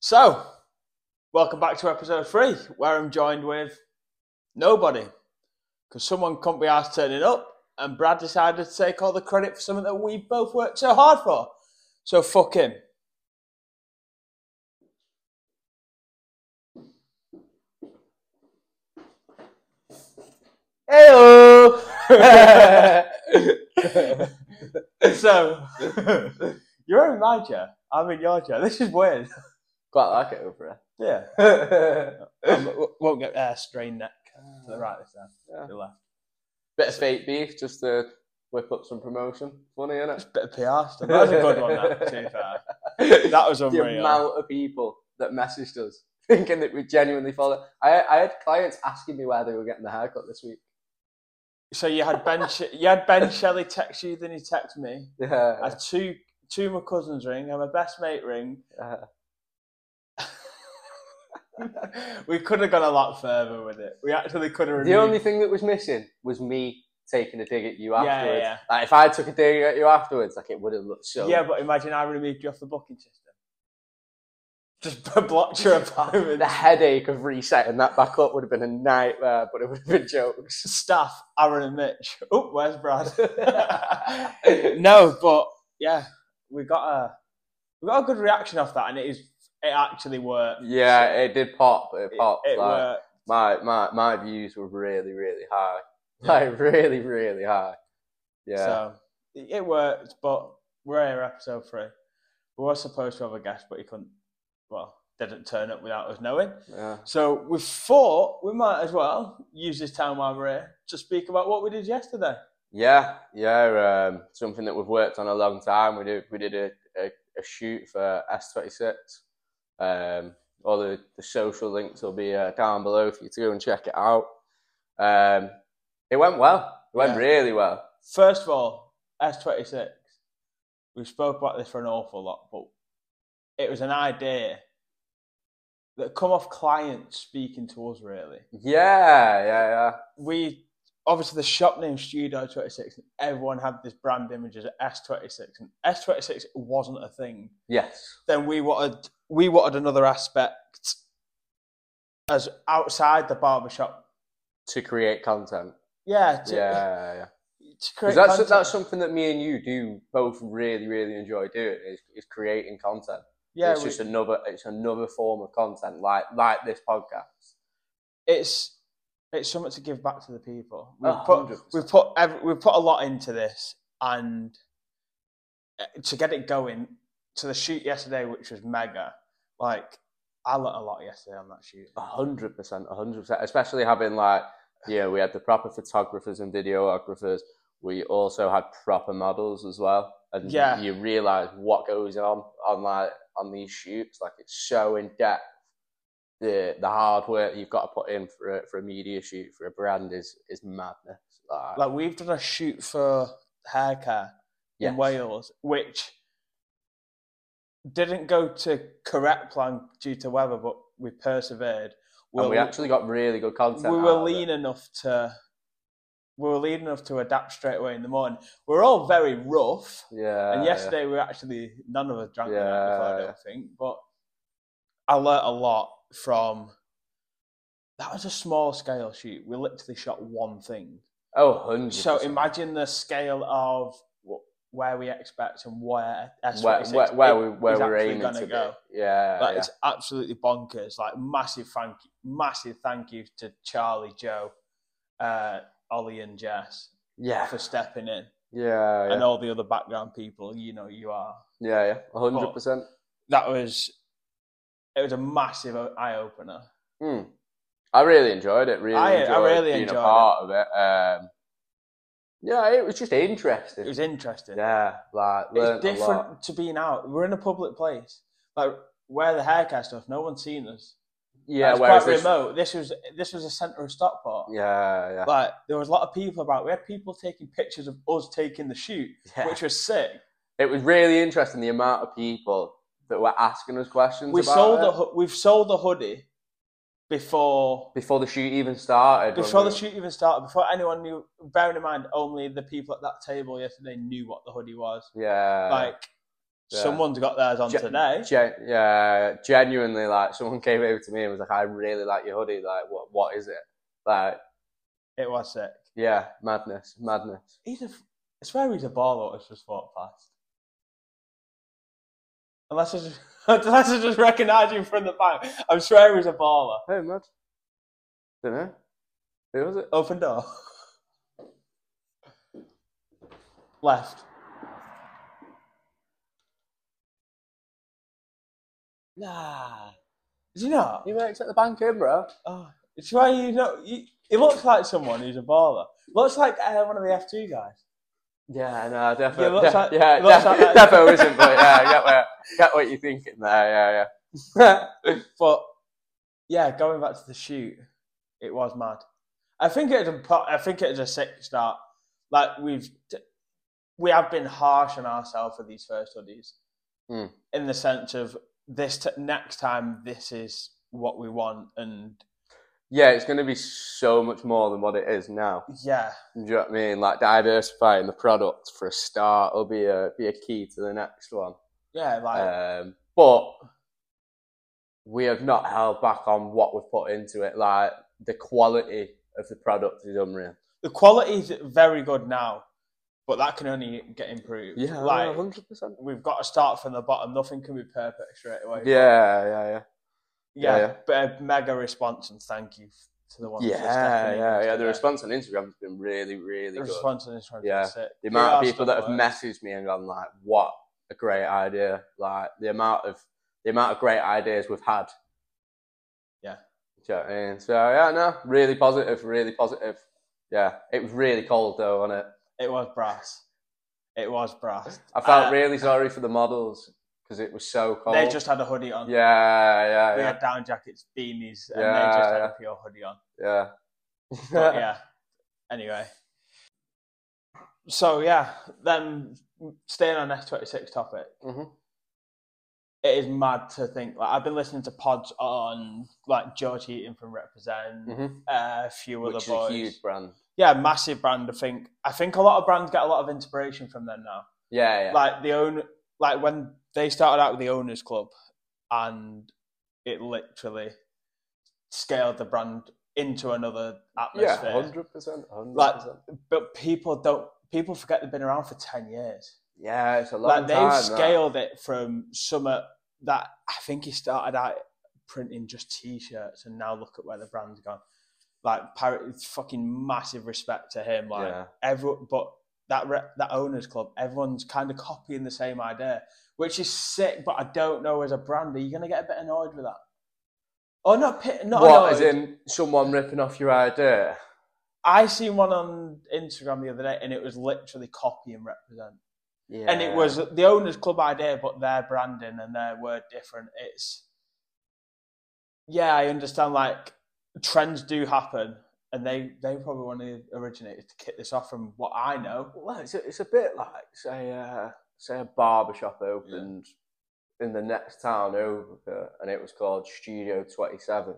So, welcome back to episode three, where I'm joined with nobody because someone can't be asked turning up, and Brad decided to take all the credit for something that we both worked so hard for. So, fuck him. Heyo! so, you're in my chair. I'm in your chair. This is weird. Quite like it over Yeah. here. Um, w- won't get uh, strained neck to the right this time. Yeah. The left. Bit of fake beef just to whip up some promotion. Funny, innit? Bit of PR stuff. That was a good one, that, to be fair. the That was unreal. amount of people that messaged us thinking that we genuinely follow. I, I had clients asking me where they were getting the haircut this week. So you had Ben, Sh- you had Ben Shelley text you, then he text me. Yeah. I had two, two of my cousins ring, and my best mate ring. Uh, we could have gone a lot further with it. We actually could have. the removed- only thing that was missing was me taking a dig at you Yeah, afterwards. yeah, Like, if I took a dig at you afterwards, like it would have looked so. yeah, but imagine I removed you off the booking system. Just blocked your apartment. the headache of resetting that back up would have been a nightmare, but it would have been jokes. staff, Aaron and Mitch. Oh, where's Brad? no, but yeah, we got a we got a good reaction off that, and it is it actually worked. Yeah, it did pop. It It, popped. it like, worked. my my my views were really really high, like really really high. Yeah, So it it worked, but we're here episode three. We were supposed to have a guest, but he couldn't. Well, didn't turn up without us knowing. yeah. So we thought we might as well use this time while we're here to speak about what we did yesterday. yeah, yeah. Um, something that we've worked on a long time. We did we did a, a, a shoot for S twenty six. Um, all the, the social links will be uh, down below for you to go and check it out. Um, it went well. It went Yeah. really well. First of all, S26. We spoke about this for an awful lot, but it was an idea that come off clients speaking to us, really. Yeah, yeah, yeah. We obviously the shop name Studio 26, and everyone had this brand image as S26, and S26 wasn't a thing. Yes. Then we wanted we wanted another aspect as outside the barbershop. To create content. Yeah, to, yeah, yeah. to create Because that's content. that's something that me and you do both really really enjoy doing is, is creating content. yeah, it's we- just another it's another form of content like like this podcast. it's it's something to give back to the people. We've A put Ah, hundred we've put every, we've put a lot into this, and uh, to get it going to the shoot yesterday, which was mega. Like I learnt a lot yesterday on that shoot. A hundred percent, a hundred percent. Especially having like yeah, we had the proper photographers and videographers. We also had proper models as well, and Yeah. you realize what goes on on like on these shoots. Like it's so in depth. The the hard work you've got to put in for a, for a media shoot for a brand is is madness. Like, Like we've done a shoot for hair care in yes. Wales, which didn't go to correct plan due to weather, but we persevered. and we We'll- actually got really good content. we out were of it. lean enough to we were lean enough to adapt straight away in the morning. We are all very rough, Yeah. and yesterday we were actually none of us drank the night before, I Yeah. don't think. But I learnt a lot from that was a small scale shoot. We literally shot one thing. yeah. Oh, 100 So imagine the scale of wh- where we expect and where S26 where, where, where we where is we're actually aiming gonna to go. Be. Yeah. Like, yeah. It's absolutely bonkers. Like massive thank, massive thank you to Charlie, Joe, uh, Ollie, and Jess yeah. for stepping in, Yeah. and Yeah. all the other background people. You know, you are. Yeah. Yeah. A hundred percent. That was. It was a massive eye opener. Mm. I really enjoyed it. Really. I- I enjoyed really being enjoyed it. a part of it. Um, yeah, it was just interesting. It was interesting. yeah, like it's learned a lot. different to being out. We're in a public place, like where the haircut stuff. No one's seen us. Yeah, it's whereas quite this, remote. This was this was a centre of Stockport. yeah, yeah, Like there was a lot of people about. We had people taking pictures of us taking the shoot, yeah. which was sick. it was really interesting the amount of people that were asking us questions. We about sold it the hoo- we've sold the hoodie before before the shoot even started. when before we- the shoot even started. Before anyone knew. Bearing in mind, only the people at that table yesterday knew what the hoodie was. Yeah, Like, Yeah. Someone's got theirs on Ge- today. Gen- yeah, genuinely, like someone came over to me and was like, "I really like your hoodie. Like, what? What is it? Like, it was sick. yeah, madness, madness. He's a, I swear he's a baller. It's just walked past. Unless I just, unless I just recognise him from the back, I swear he's a baller. Hey, mad. Don't know. Who was it? Open door. Left. Nah. Is he not? He works at the bank, in, bro. Oh, it's why you know. You, he looks like someone who's a baller. Looks like uh, one of the F2 guys. Yeah, no, Yeah, definitely. looks Yeah, like- yeah, looks definitely, like that. definitely isn't. But yeah, I get what, get what you're thinking there. Yeah, yeah. But yeah, going back to the shoot, it was mad. I think it was a po- I think it was a sick start. Like we've d- we have been harsh on ourselves with these first hoodies, Mm. in the sense of this t- next time this is what we want, and yeah, it's going to be so much more than what it is now. yeah, Do you know what I mean? Like diversifying the product for a start will be a be a key to the next one. yeah, like Um, but we have not held back on what we've put into it. Like the quality of the product is unreal. the quality is very good now, but that can only get improved. like hundred percent. we've got to start from the bottom. Nothing can be perfect straight away. Yeah, yeah, yeah. yeah, yeah. but a mega response and thank you f- to the ones. Yeah, for stepping in yeah, yeah. today. The response on Instagram has been really, really the good. response on Instagram. Yeah. Sick. the amount of PR people that have stuff works. messaged me and gone like, "What a great idea!" Like the amount of the amount of great ideas we've had. Yeah. Do you know what I mean? So yeah, no, really positive, really positive. Yeah, it was really cold though, wasn't it? It was brass. It was brass. I felt Uh, really sorry for the models because it was so cold. They just had a hoodie on. Oh. yeah, yeah, They yeah, had down jackets, beanies, and Yeah, they just had yeah. a pure hoodie on. yeah. But yeah. Anyway. So yeah, then staying on S twenty six topic. Mhm. It is mad to think. Like I've been listening to pods on like George Heaton from Represent, Mhm. uh, a few other Which is a boys. huge brand. Yeah, massive brand. I think. I think a lot of brands get a lot of inspiration from them now. Yeah, yeah. Like the own, like when they started out with the owners club, and it literally scaled the brand into another yeah, atmosphere. hundred percent, hundred Like- percent. But people don't. People forget they've been around for ten years. Yeah, it's a long Like time. they've that. scaled it from summer that I think he started out printing just t-shirts, and now look at where the brand's gone. Like Parrot, it's fucking massive respect to him. Like Yeah. everyone, but that re- that owners club, everyone's kind of copying the same idea, which is sick. But I don't know as a brand, are you gonna get a bit annoyed with that? Oh, not pi- not what, as annoyed. in someone ripping off your idea? I seen one on Instagram the other day, and it was literally copy and represent, Yeah. and it was the owners club idea, but their branding and their word different. It's yeah, I understand. Like trends do happen. And they, they probably want to originate to kick this off from what I know. Well, it's a, it's a bit like say uh, say a barber shop opened in the next town over, and it was called Studio Twenty Seven.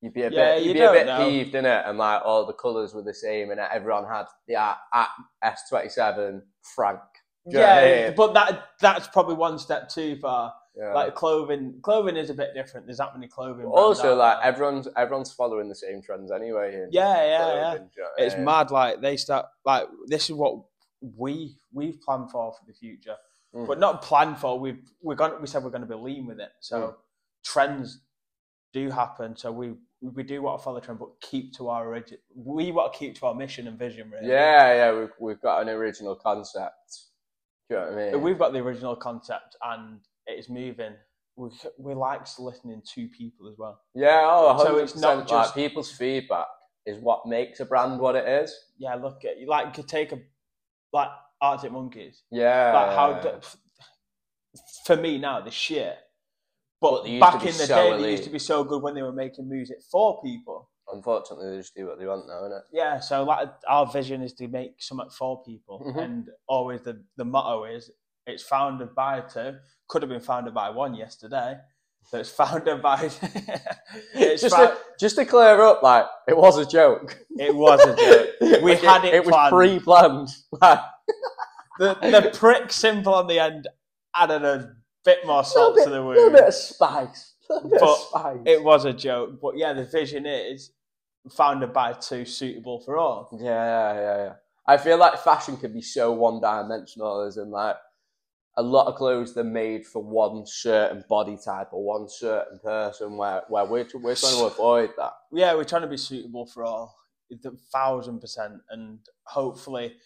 You'd be a Yeah, bit you you'd be a don't bit know. peeved in it, and like all the colours were the same, and everyone had the at S Twenty Seven Frank. Do you know what I Yeah, mean? but that that's probably one step too far. Yeah. Like clothing, clothing is a bit different. There's that many clothing. brands also, out like there. everyone's everyone's following the same trends anyway. in yeah, yeah, yeah. clothing, do you know what I It's mean? mad. Like they start like this is what we we've planned for for the future, Mm. but not planned for. We've we're going to we said we're going to be lean with it. So Mm. trends do happen. So we we do want to follow trend, but keep to our origin. We want to keep to our mission and vision. Really. Yeah, yeah, we've, we've got an original concept. Do you know what I mean? We've got the original concept and it's moving. We we like listening to people as well. yeah, oh, 100%, So it's not like, just- people's feedback is what makes a brand what it is. yeah, look at you like could take a like Arctic Monkeys, Yeah. like how the- f- for me now the shit. But But they used to back be in the so day, elite. they used to be so good when they were making music for people. Unfortunately, they just do what they want now, innit? Yeah, so like our vision is to make something for people, Mhm. and always the the motto is it's founded by two. Could have been founded by one yesterday, so it's founded by. it's Just, fou- to, just to clear up, like, it was a joke. it was a joke. We Like, had it It was planned. pre planned. The the prick symbol on the end added a bit more salt bit, to the little wound. bit of spice. little bit But of spice. It was a joke, but yeah, the vision is found a bad two suitable for all. Yeah, yeah, yeah, yeah. I feel like fashion can be so one dimensional, as in like a lot of clothes they're made for one certain body type or one certain person. Where where we're tr- we're trying to avoid that. Yeah, we're trying to be suitable for all, a thousand percent, and hopefully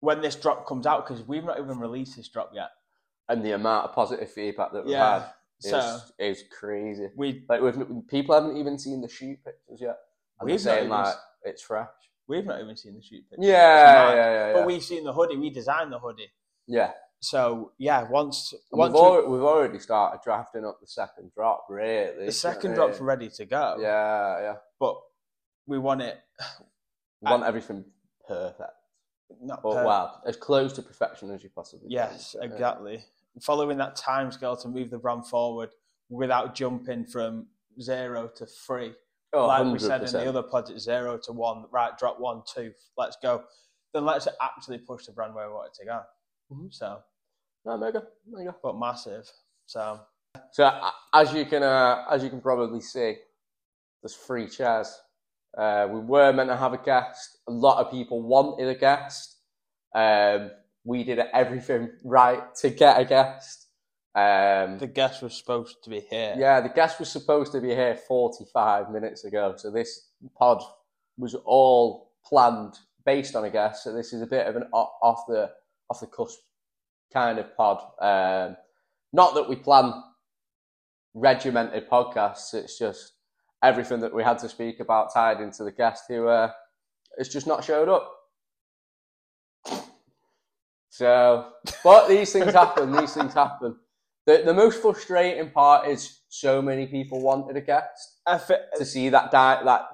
when this drop comes out, because we've not even released this drop yet. And the amount of positive feedback that we've Yeah, had is so is crazy. we Like we've, people haven't even seen the shoot pictures yet. And We've we've not saying even like s- it's fresh. we've not even seen the shoot picture. Yeah, It's yeah, mad. yeah, yeah. But we've seen the hoodie. We designed the hoodie. yeah. So yeah, once And We've, once we- already, we've already started drafting up the second drop, really. you know the second what I drop's mean? ready to go. Yeah, yeah. But we want it We want everything perfect. not But per- Oh, wow, as close to perfection as you possibly can. Yes, so, yeah. exactly. Following that time scale to move the brand forward without jumping from zero to three. Oh, like we said in 100%. the other pods, it's zero to one. Right, drop one, two, let's go. Then let's actually push the brand where we want it to go. Mhm. So, No, mega, mega. but massive. So, So uh, as you can uh, as you can probably see, there's three chairs. Uh, we were meant to have a guest. A lot of people wanted a guest. Um, we did everything right to get a guest. Um, the guest was supposed to be here. Yeah, the guest was supposed to be here 45 minutes ago. So this pod was all planned based on a guest. So this is a bit of an o- off the off the cusp kind of pod. Um, not that we plan regimented podcasts. It's just everything that we had to speak about tied into the guest who uh, has just not showed up. So, but these things happen. These things happen. The, the most frustrating part is so many people wanted a guest I thi- to see that di- that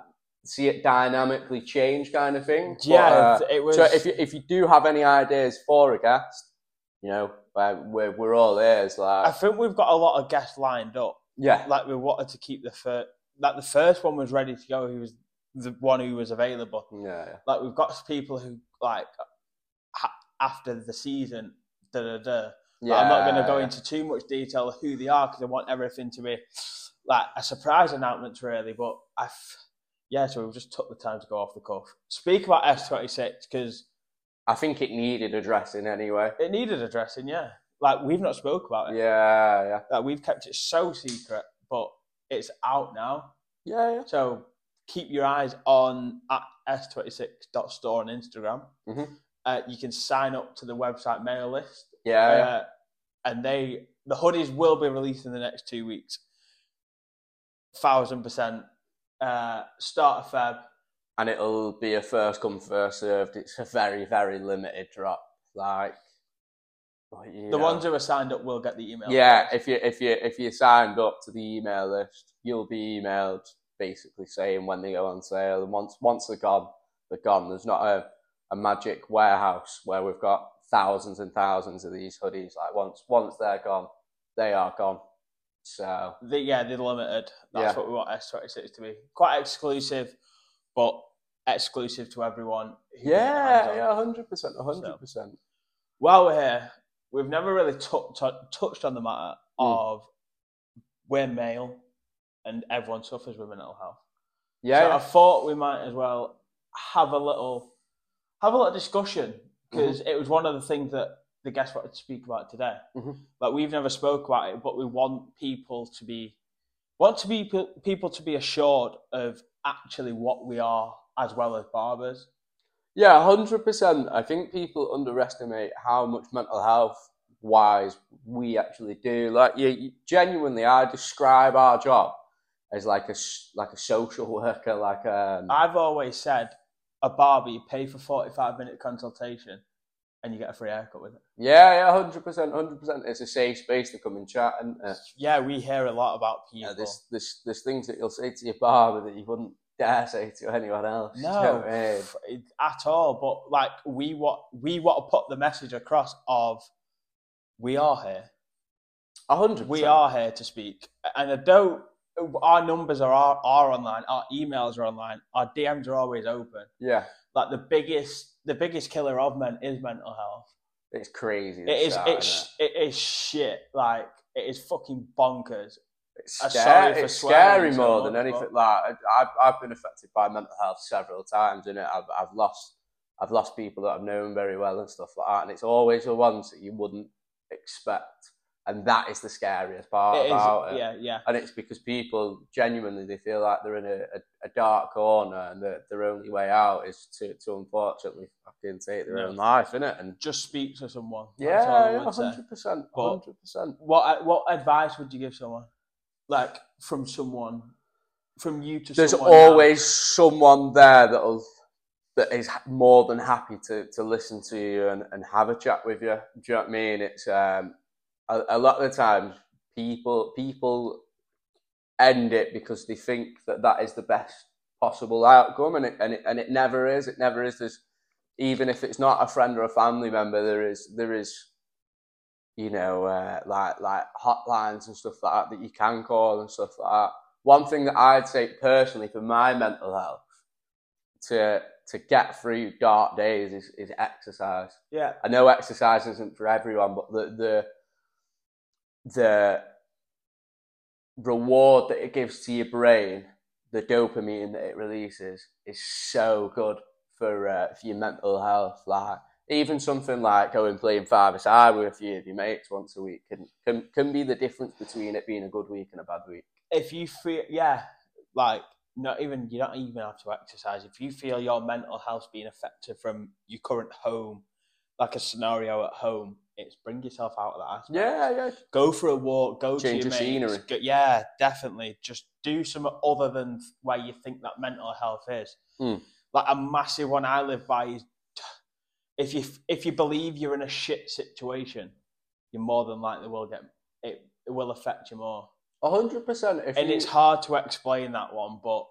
see it dynamically change kind of thing. But, yeah, uh, it- it was. so if you, if you do have any ideas for a guest, you know uh, we're we're all ears. I Like think we've got a lot of guests lined up. yeah, like we wanted to keep the first like the first one was ready to go who was the one who was available yeah, yeah. like we've got people who like ha- after the season da da da But i'm not going to go Yeah. into too much detail of who they are because i want everything to be like a surprise announcement really but i f- yeah so we just took the time to go off the cuff speak about s26 because I think it needed addressing anyway. it needed addressing yeah like we've not spoke about Yeah, it yeah, like we've kept it so secret but it's out now yeah, yeah. So keep your eyes on at s26.store on Instagram. Mhm. Uh, you can sign up to the website mail list, yeah, yeah. uh, and they the hoodies will be released in the next two weeks. Thousand percent. Uh, start of Feb. and it'll be a first come first served. It's a very very limited drop. Like The ones who are signed up will get the email. yeah, if you if you if you signed up to the email list, you'll be emailed basically saying when they go on sale. And once once they're gone, they're gone. There's not a, a magic warehouse where we've got thousands and thousands of these hoodies. Like once once they're gone, they are gone. So The, yeah, they're limited. That's Yeah. what we want S26 to be. Quite exclusive, but exclusive to everyone. who can get their hands yeah, on it. yeah, hundred percent, hundred percent. while we're here, we've never really tou- tou- touched on the matter Hmm. of we're male and everyone suffers with mental health. Yeah, so yeah. I thought we might as well have a little have a little discussion Mm-hmm. because it was one of the things that the guests wanted to speak about today. Mhm. Like we've never spoke about it, but we want people to be want to be people to be assured of actually what we are as well as barbers. Mm-hmm. Yeah, hundred percent. I think people underestimate how much mental health wise we actually do. Like, you, you- genuinely, I describe our job as like a s- like a social worker, like um, I've always said a barber, you pay for 45 minute consultation and you get a free haircut with it. yeah, yeah, hundred percent, hundred percent. It's a safe space to come and chat, and uh, Yeah, we hear a lot about people. yeah, there's there's there's things that you'll say to your barber that you wouldn't dare say to anyone else. you know no, what I mean? f- it- at all. But like, we want, we want to put the message across of we are here. a hundred. We percent. are here to speak. And I don't, our numbers are, are, are online, our emails are online, our DMs are always open. Yeah, Like the biggest, the biggest killer of men is mental health. It's crazy. It is. Saturday. It's it is shit. Like it is fucking bonkers. It's, I'm scar- sorry for it's swearing scary so more than much, anything. Like I, I've, I've been affected by mental health several times, and I've, I've lost, I've lost people that I've known very well and stuff like that. And it's always the ones that you wouldn't expect, and that is the scariest part It is. about it. Yeah, yeah. And it's because people genuinely they feel like they're in a, a, a dark corner, and that their only way out is to, to unfortunately fucking take their Yeah. own life, innit? And Just speak to someone. That's all I yeah, would say. hundred percent, But- hundred percent. What uh, what advice would you give someone? Like from someone, from you to there's someone. always someone there that'll that is ha- more than happy to to listen to you and, and have a chat with you. Do you know what I mean? It's um a, a lot of the times people people end it because they think that that is the best possible outcome, and it and it, and it never is. It never is. There's even if it's not a friend or a family member, there is there is you know uh, like like hotlines and stuff like that that you can call and stuff like that one thing that I'd say personally for my mental health to to get through dark days is, is exercise. now. Yeah, I know exercise isn't for everyone, but the the the reward that it gives to your brain, the dopamine that it releases, is so good for uh, for your mental health. Like even something like going playing five aside with a few of your mates once a week can can can be the difference between it being a good week and a bad week. if you feel yeah, like not even you don't even have to exercise. If you feel your mental health being affected from your current home, like a scenario at home, it's bring yourself out of that. aspect. Yeah, yeah, go for a walk, go Change to your of mates. scenery. Go, yeah, definitely. Just do something other than where you think that mental health is. Mm. Like a massive one I live by is if you if you believe you're in a shit situation, you more than likely will get it. It will affect you more, A hundred percent. If and you, it's hard to explain that one. But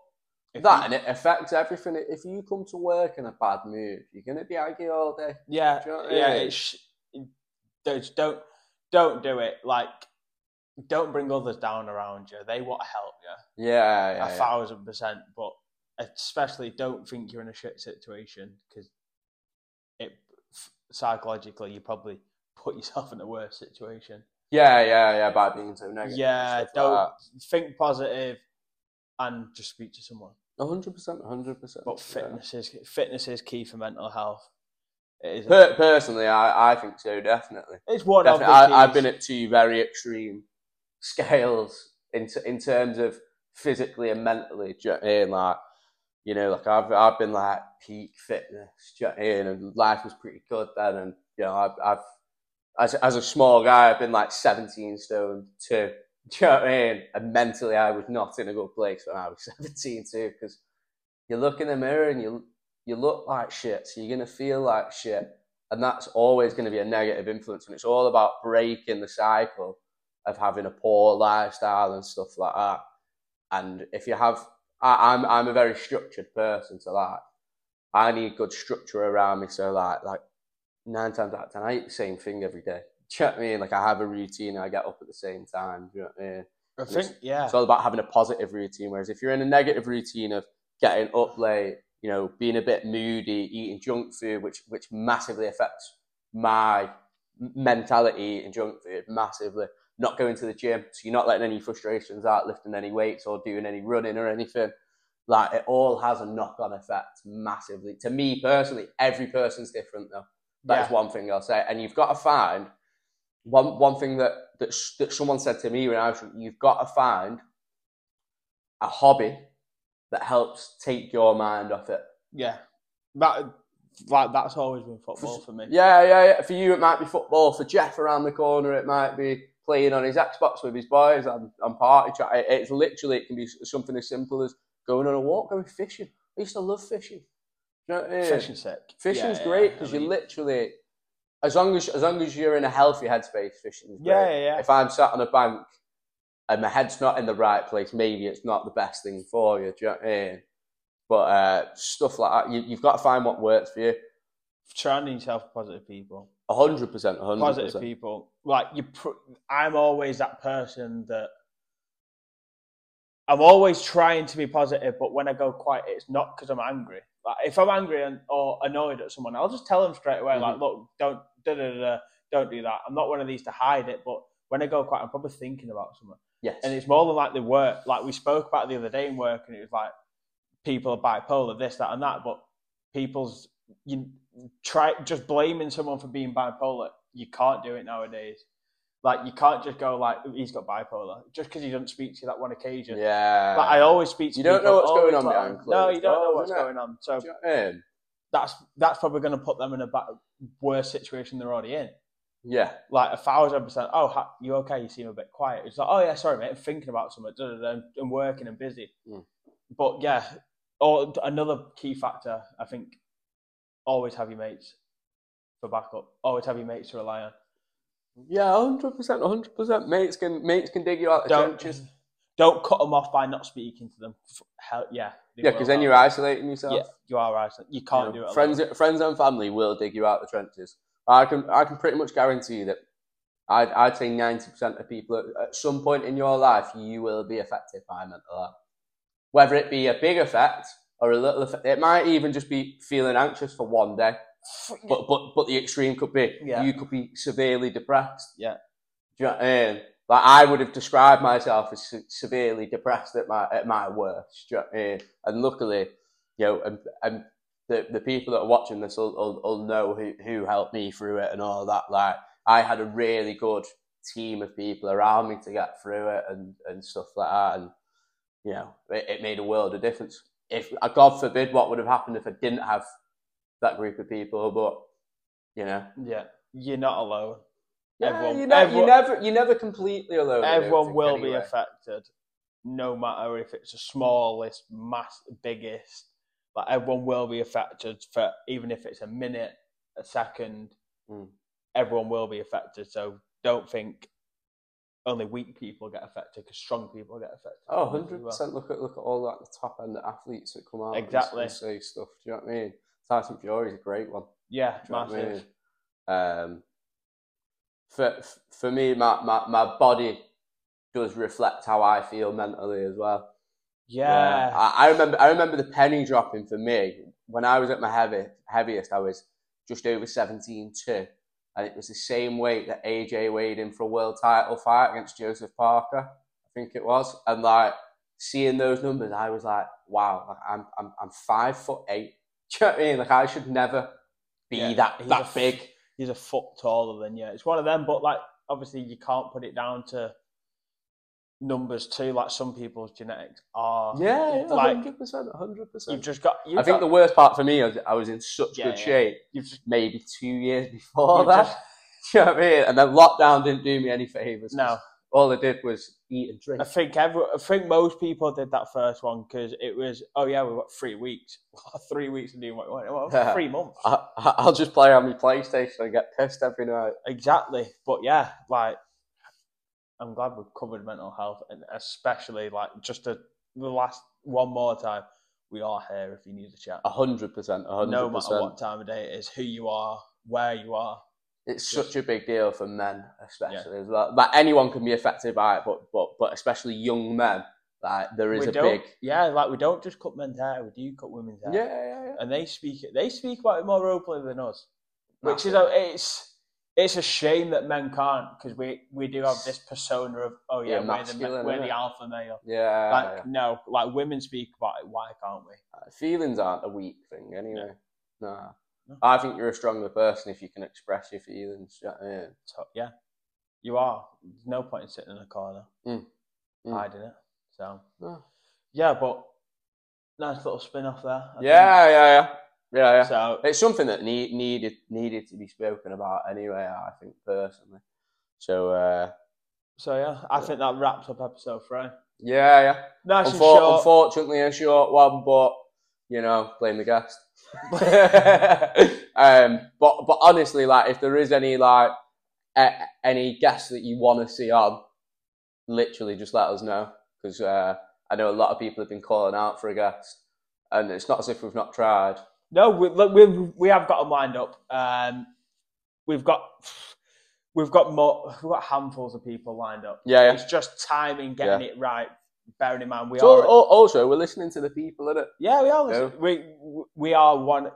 if that, you- and it affects everything. If you come to work in a bad mood, you're gonna be angry all day. Yeah, Do you know what I yeah. mean? It's, there's- don't don't do it. Like, don't bring others down around you. They want to help you. Yeah, yeah. a yeah. thousand percent. But especially don't think you're in a shit situation because it psychologically you probably put yourself in a worse situation. yeah, yeah, yeah. By being so negative. Yeah, don't think positive and just speak to someone. A hundred percent, a hundred percent. But fitness is fitness is key for mental health. It is. Per- personally, I, I think so. Definitely. it's one Definitely. of the I, I've keys. been at two very extreme scales in t- in terms of physically and mentally. Do you know what I mean? Like, you know, like I've I've been like peak fitness. Do you know what I mean? And life was pretty good then. And you know, I've, I've as as a small guy, I've been like seventeen stone two. Do you know what I mean? And mentally, I was not in a good place when I was seventeen too, because you look in the mirror and you you look like shit, so you're gonna feel like shit and that's always going to be a negative influence. And it's all about breaking the cycle of having a poor lifestyle and stuff like that. And if you have, I, I'm I'm a very structured person, so like I need good structure around me. So like like nine times out of ten, I eat the same thing every day. Do you know what I mean? Like I have a routine. I get up at the same time. Do you know what I mean? I think yeah. It's all about having a positive routine. Whereas if you're in a negative routine of getting up late, you know, being a bit moody, eating junk food, which which massively affects my m- mentality, eating junk food massively. Not going to the gym, so you're not letting any frustrations out, lifting any weights or doing any running or anything. Like it all has a knock-on effect massively. To me personally, every person's different though. That's yeah. one thing I'll say. And you've got to find one one thing that that, s- that someone said to me when I was you've got to find a hobby that helps take your mind off it. yeah. That like that's always been football for me. Yeah, yeah, yeah. For you, it might be football. For Jeff around the corner, it might be playing on his Xbox with his boys and, and party chat. It- It's literally, it can be s- something as simple as going on a walk, going fishing. I used to love fishing. You know what I mean? Fishing's sick. Fishing's Yeah, great yeah, because I mean- you literally, as long as as long as you're in a healthy headspace, fishing's great. Yeah, yeah, yeah. If I'm sat on a bank and my head's not in the right place, maybe it's not the best thing for you. Do you know what I mean? But uh, stuff like that, you, you've got to find what works for you. Surrounding yourself with positive people. A hundred percent, a hundred positive percent. people. Like you, pr- I'm always that person that I'm always trying to be positive, but when I go quiet, it's not because I'm angry. Like if I'm angry and, or annoyed at someone, I'll just tell them straight away. Mm-hmm. Like, look, don't da, da, da, da, don't do that. I'm not one of these to hide it, but when I go quiet, I'm probably thinking about someone. Yes. And it's more than likely work. Like we spoke about it the other day in work, and it was like people are bipolar, this, that, and that. But people's you try just blaming someone for being bipolar. You can't do it nowadays. Like you can't just go like he's got bipolar just because he doesn't speak to you that one occasion. yeah. Like I always speak to You don't people, know what's going always on like- behind closed No, you don't know doors, what's innit? going on. So Do you know what I mean? that's that's probably going to put them in a ba- worse situation they're already in. Yeah. Like a thousand percent. Oh, ha- you okay? You seem a bit quiet. It's like, oh yeah, sorry mate, I'm thinking about something. da, da, da, and- and working and busy. Mm. But yeah, or another key factor, I think, always have your mates for backup. Always have your mates to rely on. Yeah, hundred percent, hundred percent. Mates can mates can dig you out the Don't trenches. don't cut them off by not speaking to them. F- Hell yeah. they Yeah, will because then help. you're isolating yourself. yeah, you are right. You can't You know, do it. friends, alone. friends and family will dig you out the trenches. I can, I can pretty much guarantee you that. I'd, I'd say ninety percent of people at, at some point in your life you will be affected by mental health, whether it be a big effect or a little effect. It might even just be feeling anxious for one day, but but but the extreme could be Yeah. you could be severely depressed. Yeah. Do you know what I mean? Like I would have described myself as se- severely depressed at my at my worst. Do you know what I mean? And luckily, you know, and, and the the people that are watching this will, will, will know who, who helped me through it and all that. Like I had a really good team of people around me to get through it and, and stuff like that. And you know, it, it made a world of difference. If uh, God forbid, what would have happened if I didn't have that group of people? But you know, yeah, you're not alone. yeah, Everyone- you, ne- you everyone- never, you never completely alone. in Everyone everything will be anyway. affected, no matter if it's the smallest, mass, biggest. Like everyone will be affected for even if it's a minute, a second. Mm. Everyone will be affected. So don't think only weak people get affected because strong people get affected. Oh, as well. 100 percent. Look at look at all that the top end athletes that come out and s- Exactly. and say stuff. Do you know what I mean? Tyson Fury's a great one. Yeah, Do you know what I massive. mean? Um, for for me, my, my my body does reflect how I feel mentally as well. Yeah. I, I remember. I remember the penny dropping for me when I was at my heavy, heaviest. I was just over seventeen two, and it was the same weight that AJ weighed in for a world title fight against Joseph Parker. I think it was, and like seeing those numbers, I was like, wow, like, I'm I'm I'm five foot eight. Do you know what I mean? Like I should never be Yeah, that he's a that f- big. he's a foot taller than you. It's one of them, but like obviously you can't put it down to numbers too. Like some people's genetics are. Yeah, yeah, like hundred percent, hundred you've percent. just got. You've I think the worst part for me was I was in such Yeah, good yeah. shape. you've just maybe two years before You that. just- Do you know what I mean? And then lockdown didn't do me any favours. no. All I did was eat and drink. I think every, I think most people did that first one because it was oh yeah we've got three weeks, three weeks of doing what you want, well, three months I, I- I'll just play on my PlayStation and get pissed every night. exactly. But yeah, like I'm glad we've covered mental health and especially like just the, the last one more time we are here if you need a chat. A hundred percent, a hundred no matter percent. what time of day it is, who you are, where you are. It's Yes. such a big deal for men, especially as well. Like anyone can be affected by it, but but but especially young men. Like there is we a don't, big yeah, like we don't just cut men's hair, we do cut women's hair, yeah, yeah, yeah. and they speak it. They speak about it more openly than us, which is Massive. a- it's it's a shame that men can't because we we do have this persona of oh yeah, Yeah, we're the masculine, we're innit? the alpha male. Yeah, Like yeah. no, like women speak about it. Why can't we? feelings aren't a weak thing anyway. Nah. No. I think you're a stronger person if you can express your feelings. do you know what I mean? So, yeah, you are. There's no point in sitting in a corner Mm. Mm. hiding it. So No. yeah, but nice little spin off there. I think. Yeah, yeah, yeah, yeah, yeah. So it's something that need, needed needed to be spoken about anyway. I think personally. So uh, So yeah, I Yeah. think that wraps up episode three. yeah, yeah. Nice and Unfor- short. Unfortunately, a short one, but you know, blame the guest. um, but but honestly, like if there is any like a- any guests that you want to see on, literally just let us know because uh, I know a lot of people have been calling out for a guest, and it's not as if we've not tried. No, we, look, we we have got them lined up. Um, we've got we've got more. We've got handfuls of people lined up. Yeah, yeah. It's just timing, getting it right bearing in mind we So, are al- also, we're listening to the people, innit? yeah we are No. listen- we we are one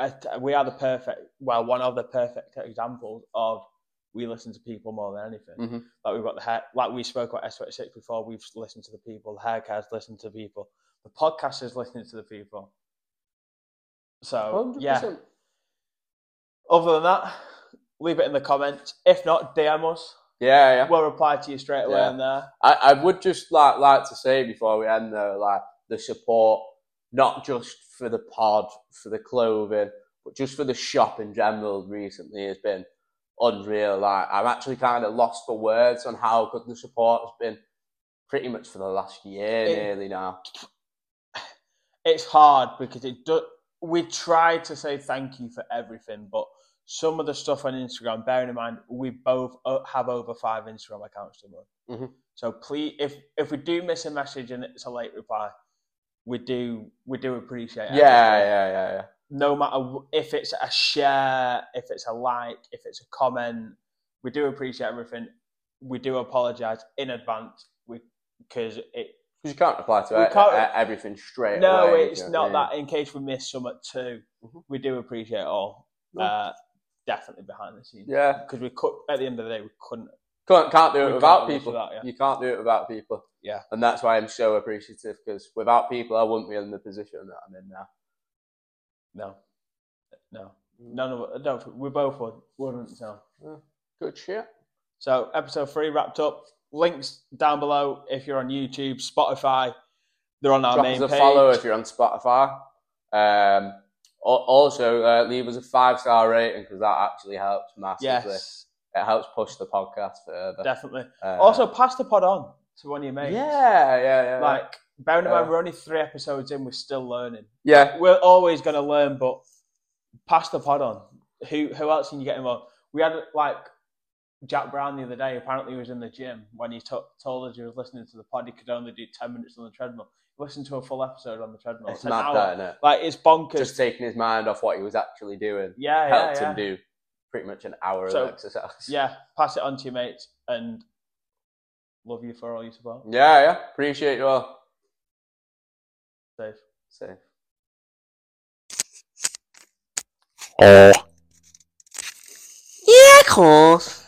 at- we are the perfect well one of the perfect examples of we listen to people more than anything Mhm. like we've got the hair like we spoke about S26 before we've listened to the people the haircuts listened to people the podcast is listening to the people so yeah 100%. other than that leave it in the comments if not DM us Yeah, yeah. we'll reply to you straight away Yeah. on there I, I would just like like to say before we end though, like the support, not just for the pod, for the clothing, but just for the shop in general recently has been unreal. Like I'm actually kind of lost for words on how good the support has been, pretty much for the last year It- nearly now. it's hard because it do, we try to say thank you for everything, but some of the stuff on Instagram, bearing in mind we both o- have over five Instagram accounts to run. Mhm. So please, if if we do miss a message and it's a late reply, we do we do appreciate. Yeah, everything. yeah, yeah, yeah. No matter w- if it's a share, if it's a like, if it's a comment, we do appreciate everything. We do apologize in advance because it Because you can't reply to We e- can't- e- everything straight no, away. it's do you know not what I mean? that. In case we miss some at 2 Mhm. we do appreciate it all. No. Uh, definitely behind the scenes Yeah, because we could. At the end of the day, we couldn't. can't can't do we it can't without do this people. without you. You can't do it without people. Yeah. And that's why I'm so appreciative because without people, I wouldn't be in the position that I'm in now. No, no, Mm. none of. I don't. think- We both would, wouldn't. No. Good shit. So episode three wrapped up. Links down below if you're on YouTube, Spotify. They're on our Drop us main a page. follow if you're on Spotify. Um, al- also, uh, leave us a five star rating because that actually helps massively. yes, It helps push the podcast further. definitely. Uh, also, pass the pod on to one of your yeah, Uh, mates. yeah, yeah. Like, Like, bearing in Yeah. mind, we're only three episodes in. We're still learning. yeah, we're always going to learn, but pass the pod on. Who who else can you get involved? We had like Jack Brown the other day. Apparently, he was in the gym when he to told us he was listening to the pod. He could only do ten minutes on the treadmill. Listen to a full episode on the treadmill. it's It's an mad, hour. that, isn't it? Like it's bonkers. Just taking his mind off what he was actually doing yeah, yeah, helped yeah. him do pretty much an hour So, of exercise. yeah, pass it on to your mates and love you for all your support. Yeah, yeah. Appreciate you all. Safe. Safe. Yeah, of course.